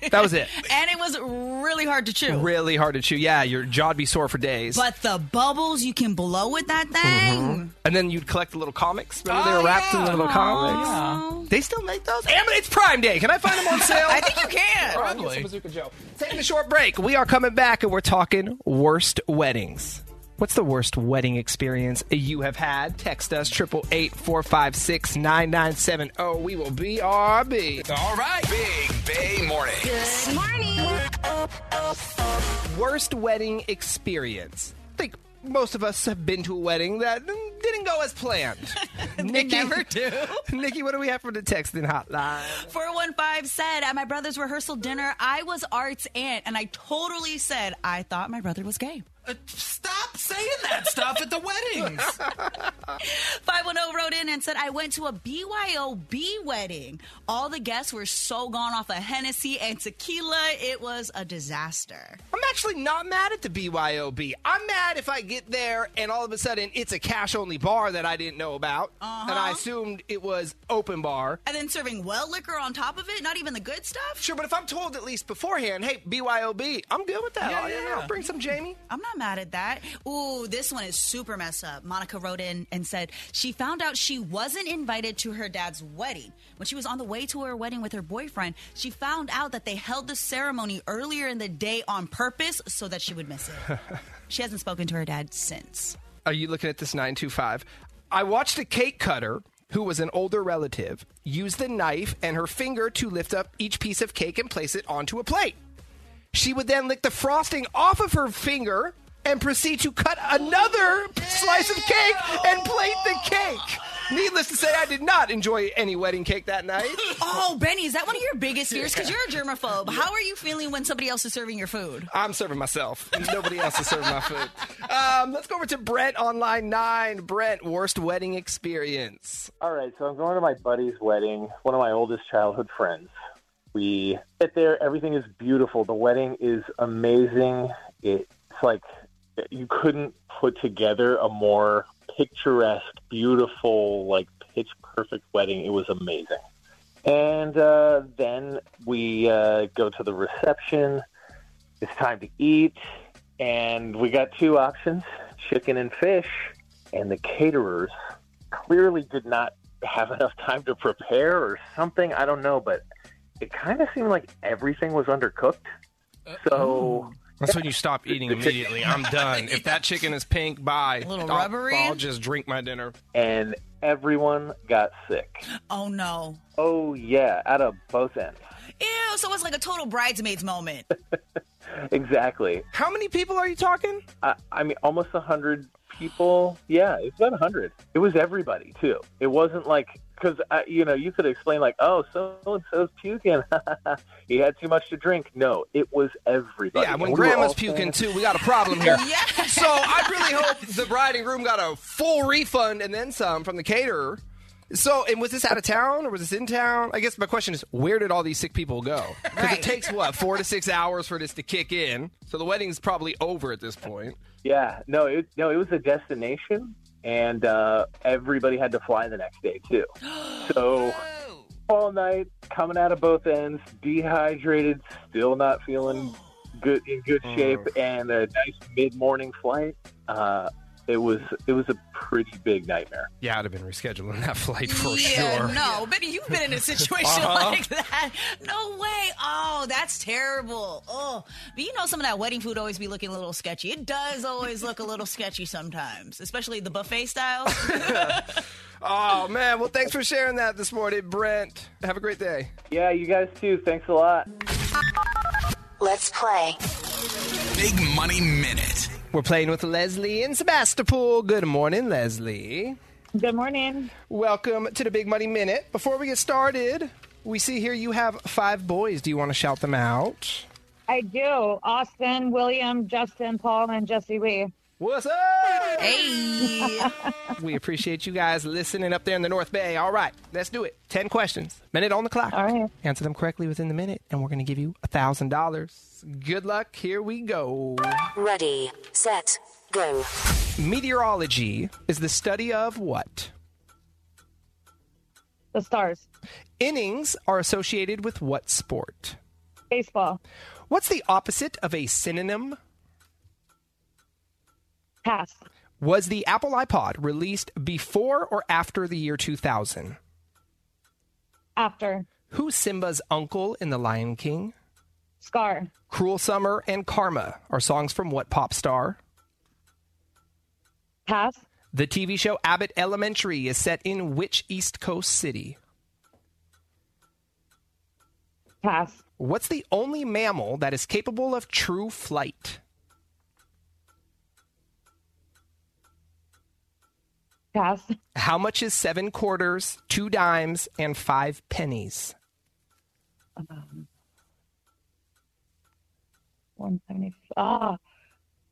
S4: that was it.
S2: And it was really hard to chew.
S4: Really hard to chew. Yeah, your jaw'd be sore for days.
S2: But the bubbles you can blow with that thing.
S4: and then you'd collect the little comics. Remember
S1: Oh,
S4: they were wrapped in the little comics. They still make those. Damn it, it's Prime Day. Can I find them on sale?
S1: I think you can.
S4: All right, get some Bazooka Joe. Taking a short break. We are coming back and we're talking worst weddings. What's the worst wedding experience you have had? Text us triple eight four five six nine nine seven zero. We will be RB.
S1: All right. Big Bay Morning.
S6: Good morning.
S4: Worst wedding experience. I think most of us have been to a wedding that didn't go as planned. Nikki, never
S2: do.
S4: Nikki, what do we have for the texting hotline?
S2: 415 said, at my brother's rehearsal dinner, I was Art's aunt, and I totally said I thought my brother was gay.
S7: Stop saying that stuff at the weddings.
S2: 510 wrote in and said, I went to a BYOB wedding. All the guests were so gone off of Hennessy and tequila, it was a disaster.
S4: I'm actually not mad at the BYOB. I'm mad if I get there and all of a sudden it's a cash only bar that I didn't know about. And
S2: Uh-huh.
S4: I assumed it was open bar.
S2: And then serving well liquor on top of it, not even the good stuff?
S4: Sure, but if I'm told at least beforehand, hey, BYOB, I'm good with that.
S2: Yeah,
S4: Oh,
S2: yeah.
S4: I'll bring some Jamie.
S2: I'm not mad at that. Ooh, this one is super messed up. Monica wrote in and said she found out she wasn't invited to her dad's wedding. When she was on the way to her wedding with her boyfriend, she found out that they held the ceremony earlier in the day on purpose so that she would miss it. she hasn't spoken to her dad since.
S4: Are you looking at this 925? I watched a cake cutter who was an older relative use the knife and her finger to lift up each piece of cake and place it onto a plate. She would then lick the frosting off of her finger and proceed to cut another slice of cake and plate the cake. Needless to say, I did not enjoy any wedding cake that night.
S2: Oh, Benny, is that one of your biggest fears? Because you're a germaphobe. How are you feeling when somebody else is serving your food?
S4: I'm serving myself. Nobody else is serving my food. Um, let's go over to Brent on line nine. Brent, worst wedding experience.
S17: All right, so I'm going to my buddy's wedding, one of my oldest childhood friends. We get there, everything is beautiful. The wedding is amazing. It's like you couldn't put together a more picturesque, beautiful, like pitch perfect wedding. It was amazing. And uh, then we uh, go to the reception. It's time to eat. And we got two options chicken and fish. And the caterers clearly did not have enough time to prepare or something. I don't know, but it kind of seemed like everything was undercooked.
S4: Uh, oh.
S17: So.
S4: That's when you stop eating immediately. I'm done. If that chicken is pink, bye. A
S2: little rubbery?
S4: I'll just drink my dinner.
S17: And everyone got sick.
S2: Oh, no.
S17: Oh, yeah, out of both ends.
S2: Ew, so it's like a total bridesmaids moment.
S17: Exactly.
S4: How many people are you talking?
S17: I, I mean, almost a 100 people. Yeah, it's about a 100. It was everybody, too. It wasn't like, because, you know, you could explain, like, oh, so and so's puking. he had too much to drink. No, it was everybody.
S4: Yeah,
S17: And
S4: when
S17: we were
S4: grandma's
S17: all
S4: puking
S17: saying-
S4: too, we got a problem here. So I really hope the bride and groom got a full refund and then some from the caterer. So, and was this out of town or was this in town? I guess my question is, where did all these sick people go? Because it takes what four to six hours for this to kick in. So the wedding's probably over at this point.
S17: Yeah, no, it no, it was a destination, and uh, everybody had to fly the next day too. So all night, coming out of both ends, dehydrated, still not feeling good in good shape, and a nice mid morning flight. Uh, it was it was a pretty big nightmare.
S4: Yeah, I'd have been rescheduling that flight for
S18: yeah,
S4: sure.
S18: no, Benny, you've been in a situation
S4: Uh-huh.
S18: like that.
S2: No way. Oh, that's terrible. Oh, but you know, some of that wedding food always be looking a little sketchy. It does always look a little sketchy sometimes, especially the buffet style.
S4: Oh man, well thanks for sharing that this morning, Brent. Have a great day.
S17: Yeah, you guys too. Thanks a lot.
S6: Let's play.
S12: Big Money Minute.
S4: We're playing with Leslie in Sebastopol. Good morning, Leslie.
S19: Good morning.
S4: Welcome to the Big Money Minute. Before we get started, we see here you have five boys. Do you want to shout them out?
S19: I do. Austin, William, Justin, Paul, and Jesse Lee.
S4: What's up?
S19: Hey.
S4: we appreciate you guys listening up there in the North Bay. All right, let's do it. Ten questions. Minute on the clock. All right. Answer them correctly within the minute, and we're going to give you a thousand dollars. Good luck. Here we go.
S6: Ready, set, go.
S4: Meteorology is the study of what?
S19: The stars.
S4: Innings are associated with what sport?
S19: Baseball.
S4: What's the opposite of a synonym?
S19: Pass.
S4: Was the Apple iPod released before or after the year 2000?
S19: After.
S4: Who's Simba's uncle in The Lion King?
S19: Scar.
S4: Cruel Summer and Karma are songs from what pop star?
S19: Pass.
S4: The TV show Abbott Elementary is set in which East Coast city?
S19: Pass.
S4: What's the only mammal that is capable of true flight?
S19: Pass.
S4: How much is seven quarters, two dimes, and five pennies?
S19: Um, 170. Ah.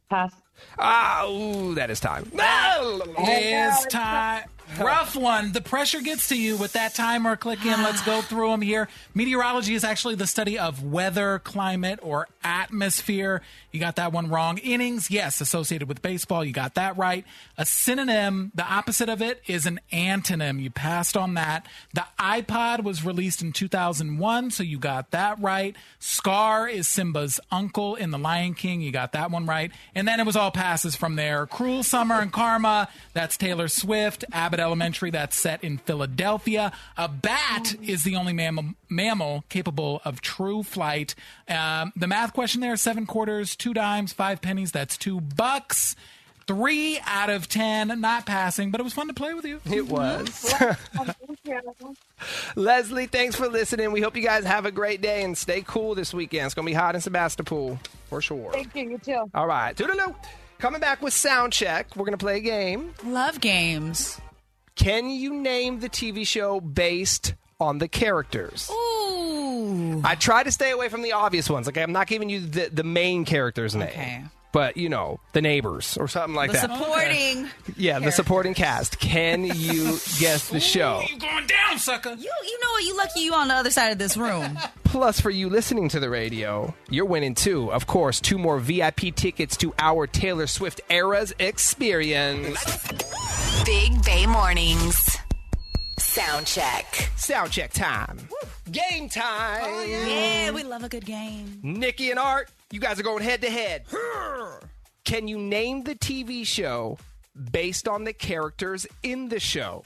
S19: Pass.
S4: Ah, ooh, that is time. Oh,
S7: It is time. Rough one. The pressure gets to you with that timer clicking. Let's go through them here. Meteorology is actually the study of weather, climate, or atmosphere. You got that one wrong. Innings, yes, associated with baseball. You got that right. A synonym, the opposite of it, is an antonym. You passed on that. The iPod was released in 2001, so you got that right. Scar is Simba's uncle in The Lion King. You got that one right. And then it was all passes from there. Cruel Summer and Karma, that's Taylor Swift. Abbott Elementary, that's set in Philadelphia. A bat is the only mammal, mammal capable of true flight. Um, the math question there seven quarters, two dimes, five pennies, that's two bucks. Three out of ten, not passing, but it was fun to play with you.
S4: It was. Leslie, thanks for listening. We hope you guys have a great day and stay cool this weekend. It's going to be hot in Sebastopol for sure.
S19: Thank you. You too.
S4: All right. Toodaloo. Coming back with sound check. We're going to play a game.
S2: Love games.
S4: Can you name the TV show based on the characters?
S2: Ooh.
S4: I try to stay away from the obvious ones. Like I'm not giving you the, the main character's name.
S2: Okay.
S4: But you know, the neighbors or something like
S2: the
S4: that.
S2: supporting.
S4: yeah, the supporting cast. Can you guess the show?
S7: Going down, sucker.
S2: You you know what? You lucky you on the other side of this room.
S4: Plus, for you listening to the radio, you're winning too. Of course, two more VIP tickets to our Taylor Swift Eras experience.
S6: Big Bay Mornings. Sound check.
S4: Sound check time. Game time.
S2: yeah, we love a good game.
S4: Nikki and Art, you guys are going head to head. Can you name the TV show based on the characters in the show?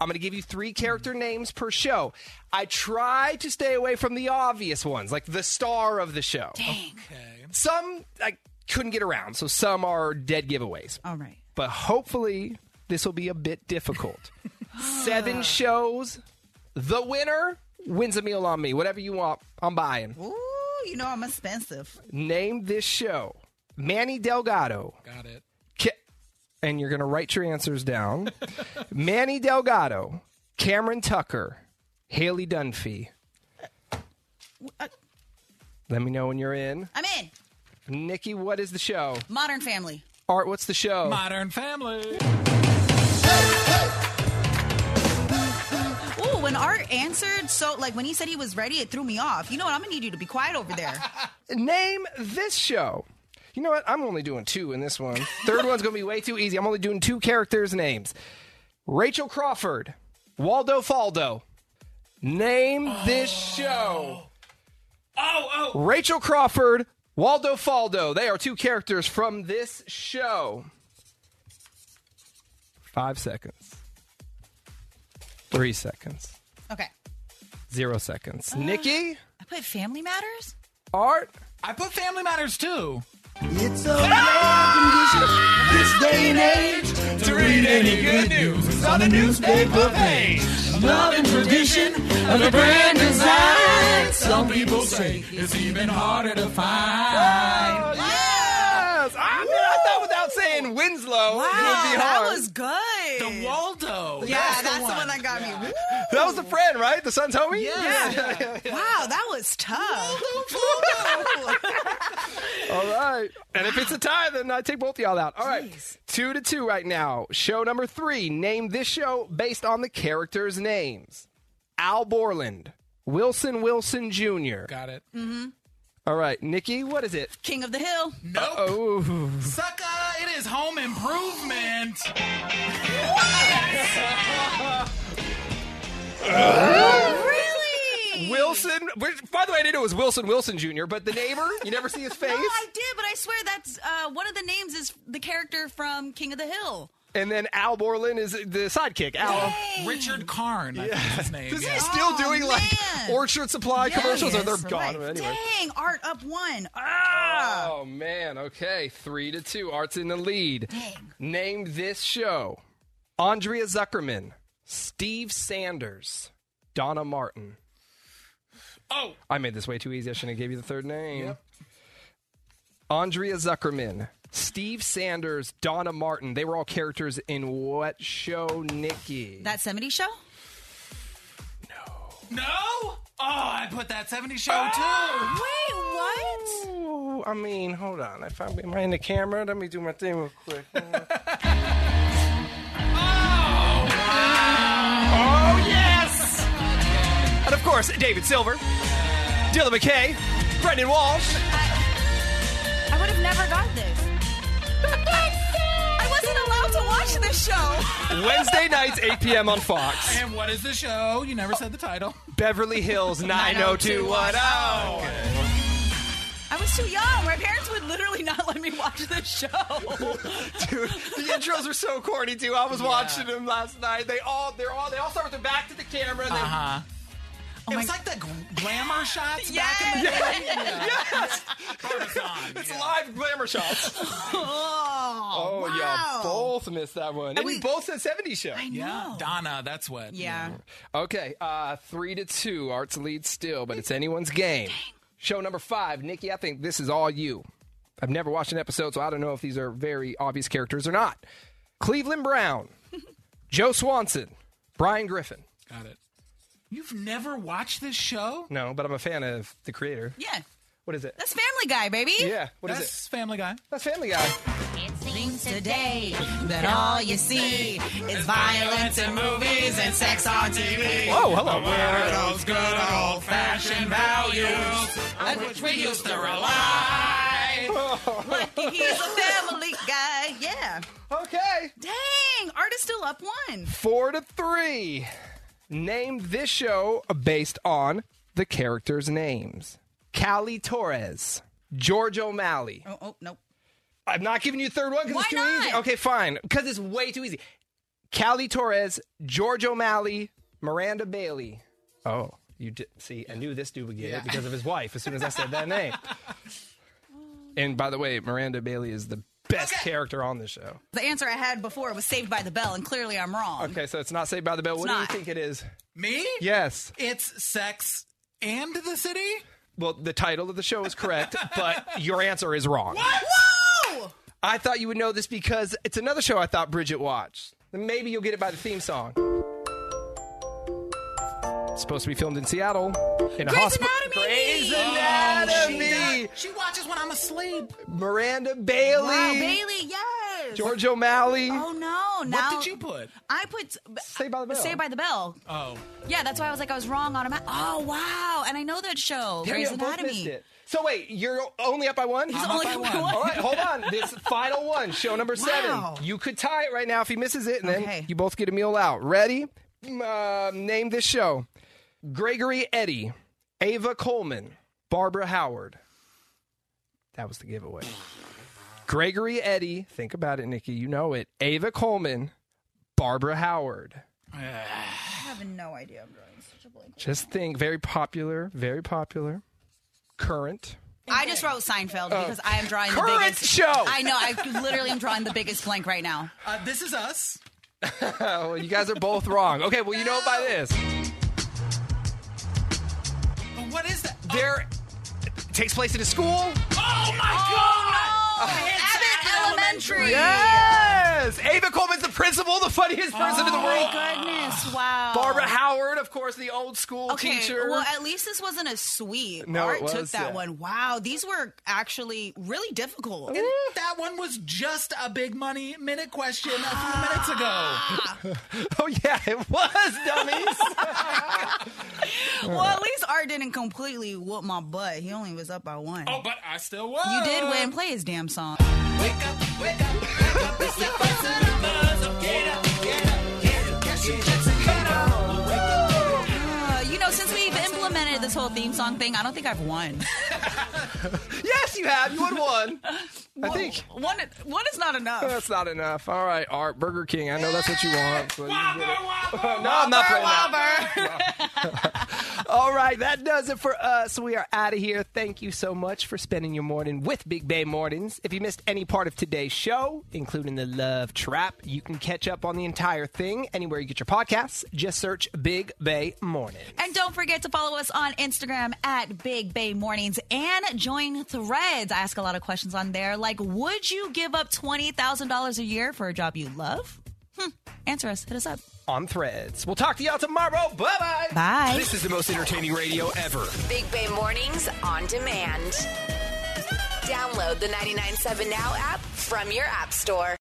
S4: I'm going to give you three character names per show. I try to stay away from the obvious ones, like the star of the show. Dang. Some I couldn't get around, so some are dead giveaways.
S2: All right.
S4: But hopefully, this will be a bit difficult. Seven shows. The winner wins a meal on me. Whatever you want, I'm buying.
S2: Ooh, you know I'm expensive.
S4: Name this show. Manny Delgado.
S7: Got it.
S4: Ca- and you're going to write your answers down. Manny Delgado, Cameron Tucker, Haley Dunphy. Let me know when you're in.
S2: I'm in.
S4: Nikki, what is the show?
S2: Modern Family.
S4: Art, what's the show?
S7: Modern Family.
S2: Ooh, when Art answered, so like when he said he was ready, it threw me off. You know what? I'm gonna need you to be quiet over there.
S4: Name this show. You know what? I'm only doing two in this one. Third one's going to be way too easy. I'm only doing two characters' names Rachel Crawford, Waldo Faldo. Name this show.
S7: Oh,
S4: oh. Rachel Crawford, Waldo Faldo. They are two characters from this show. Five seconds. Three seconds.
S2: Okay.
S4: Zero seconds.
S18: Uh.
S4: Nikki?
S2: I put Family Matters.
S4: Art?
S7: I put Family Matters too.
S2: It's
S7: a
S1: this day and age to read any good news is on the newspaper page. Love and tradition of the brand design. Some people say it's even harder to find.
S4: Oh, Yes! I mean, I thought without saying Winslow wow, it would be hard.
S18: that was good.
S7: The Waldo.
S18: Yeah,
S4: That's
S18: that's,
S4: the
S18: the, one. that got me. Woo.
S4: That was the friend, right? The son's homie?
S18: Yeah. wow, that was tough.
S4: All right. And if it's a tie, then I take both of y'all out. All right. Two to two right now. Show number three. Name this show based on the characters' names Al Borland, Wilson Wilson Jr.
S7: Got it.
S2: Mm-hmm.
S4: All right. Nikki, what is it?
S2: King of the Hill.
S7: Nope.
S4: Oh.
S7: Sucker, it is home improvement.
S4: really? Wilson. Which, by the way, I didn't know it was Wilson Wilson Jr., but the neighbor, you never see his face.
S2: No, Oh, I did, but I swear that's uh, one of the names is the character from King of the Hill.
S4: And then Al Borland is the sidekick. Al.
S7: Richard Karn. I think is his name.
S4: Is
S7: yeah.
S4: he still doing like Orchard Supply
S2: Yeah,
S4: commercials, or they're
S2: Oh, yes,
S4: gone?
S2: right.
S4: Anyway.
S2: Dang, Art up one.
S4: Oh man, okay. Three to two. Art's in the lead. Name this show. Andrea Zuckerman, Steve Sanders, Donna Martin.
S7: Oh.
S4: I made this way too easy. I shouldn't have gave you the third name. Andrea Zuckerman, Steve Sanders, Donna Martin. They were all characters in what show, Nikki?
S2: That 70 show?
S7: No? Oh, I put that 70 show
S18: Oh,
S7: too.
S2: Wait, what?
S4: Ooh, I mean, hold on. If I'm behind the camera, let me do my thing real quick. oh, wow. oh, yes! And of course, David Silver, Dylan McKay, Brendan Walsh.
S2: I would have never got this. I wasn't allowed to watch this show.
S4: Wednesday nights, 8 p.m. on Fox.
S7: And what is the show? You never said the title.
S4: Beverly Hills 90210.
S2: I was too young. My parents would literally not let me watch this show.
S4: Dude, the intros are so corny too. I was watching them last night. They all they're all they all start with their back to the camera and they
S7: Uh-huh. it was like the g- glamour shots back in the
S4: Yes.
S7: day.
S4: Yes. It's live glamour shots.
S2: oh,
S4: Oh,
S7: wow.
S4: y'all both missed that one. And, we both said 70s show. I
S7: Yeah. Donna, that's what.
S2: Yeah.
S4: Okay, uh, three to two. Arts leads still, but it's anyone's game. Show number five. Nikki, I think this is all you. I've never watched an episode, so I don't know if these are very obvious characters or not. Cleveland Brown, Joe Swanson, Brian Griffin.
S7: Got it. You've never watched this show?
S4: No, but I'm a fan of the creator.
S2: yeah.
S4: What is it?
S2: That's Family Guy, baby.
S4: Yeah, what is
S7: that's Family Guy.
S4: That's Family Guy.
S2: It seems today that all you see is violence in movies and sex on TV.
S4: Whoa, hello.
S1: Where are those good old fashioned values on which we used to rely?
S2: Lucky he's a family guy. Yeah.
S4: Okay.
S2: Dang, Art is still up one.
S4: Four to three. Name this show based on the characters' names. Callie Torres, George O'Malley.
S2: Oh, oh nope.
S4: I'm not giving you the third one because it's too
S2: Why
S4: easy.
S2: not?
S4: Okay, fine. Because it's way too easy. Callie Torres, George O'Malley, Miranda Bailey. Oh, you did. See, I knew this dude would get
S1: Yeah.
S4: it because of his wife as soon as I said that name. And by the way, Miranda Bailey is the best character on the show.
S2: The answer I had before was Saved by the Bell, and clearly I'm wrong.
S4: Okay, so it's not Saved by the Bell.
S2: It's
S4: what
S2: not.
S4: do you think it is?
S7: Me?
S4: Yes.
S7: It's Sex and the City?
S4: Well, the title of the show is correct, but your answer is wrong.
S2: Whoa!
S4: I thought you would know this because it's another show I thought Bridget watched. Then Maybe you'll get it by the theme song. It's supposed to be filmed in Seattle in a
S7: Grey's
S4: hospital.
S7: Anatomy!
S4: Grey's
S7: Oh,
S4: Anatomy.
S7: she, does- she watches when I'm asleep.
S4: Miranda Bailey.
S2: Wow, Bailey, yes.
S4: George O'Malley.
S2: Oh no! Now
S7: What did you put?
S2: I put
S4: Saved by the Bell.
S2: Saved by the Bell.
S7: Oh.
S2: Yeah, that's why I was like I was wrong on a map. Oh wow! And I know that show,
S4: Damn,
S2: Grey's
S4: you both
S2: Anatomy.
S4: missed it. So wait, you're only up by one. Oh.
S2: He's I'm only up by up by one. one.
S4: All right, hold on. This final one, show number
S2: Wow.
S4: seven. You could tie it right now if he misses it, and then you both get a meal out. Ready? Mm, uh, name this show: Gregory Eddy, Ava Coleman, Barbara Howard. That was the giveaway. Gregory Eddy, think about it, Nikki. You know it. Ava Coleman, Barbara Howard.
S2: I have no idea. I'm drawing such a blank.
S4: Just think, very popular, very popular, current.
S2: I just wrote Seinfeld
S4: Oh.
S2: because I am drawing the
S4: Current
S2: biggest
S4: show.
S2: I know. I literally am drawing the biggest blank right now.
S7: Uh, this is us.
S4: well, Oh, you guys are both wrong. Okay, well, you know by this.
S7: But what is that?
S2: Oh,
S4: There it takes place at a school.
S7: Oh my
S4: Oh,
S1: god!
S2: Oh, Abbott Elementary.
S4: Yes! Ava Coleman's the principal, the funniest person in the
S2: Oh
S4: world.
S2: my goodness! Wow.
S4: Barbara Howard, of course, the old school
S2: Okay,
S4: teacher.
S2: well, at least this wasn't a sweep.
S4: No,
S2: Art
S4: it
S2: took
S4: was,
S2: that
S4: yeah.
S2: one. Wow, these were actually really difficult.
S7: And that one was just a big money minute question a few minutes
S2: Ah.
S7: ago.
S4: oh yeah, it was, dummies.
S2: well, at least Art didn't completely whoop my butt. He only was up by one.
S7: Oh, but I still won.
S2: you did win. Play his damn song. Uh, you know, since we've implemented this whole theme song thing, I don't think I've won.
S4: yes, you have. You would one. I think
S2: one one is not enough.
S4: That's not enough. All right, Art Burger King. I know that's what you want. so you get it. no,
S1: Whopper,
S4: I'm not playing that.
S1: Whopper.
S4: All right, that does it for us. We are out of here. Thank you so much for spending your morning with Big Bay Mornings. If you missed any part of today's show, including the Love Trap, you can catch up on the entire thing anywhere you get your podcasts. Just search Big Bay Morning.
S2: And don't forget to follow us on Instagram at Big Bay Mornings and join Threads. I ask a lot of questions on there, like would you give up twenty thousand dollars a year for a job you love? Hmm. Answer us. Hit us up.
S4: On threads. We'll talk to y'all tomorrow. Bye bye.
S2: Bye.
S4: This is the most entertaining radio ever.
S6: Big Bay Mornings on demand. Download the 997 Now app from your app store.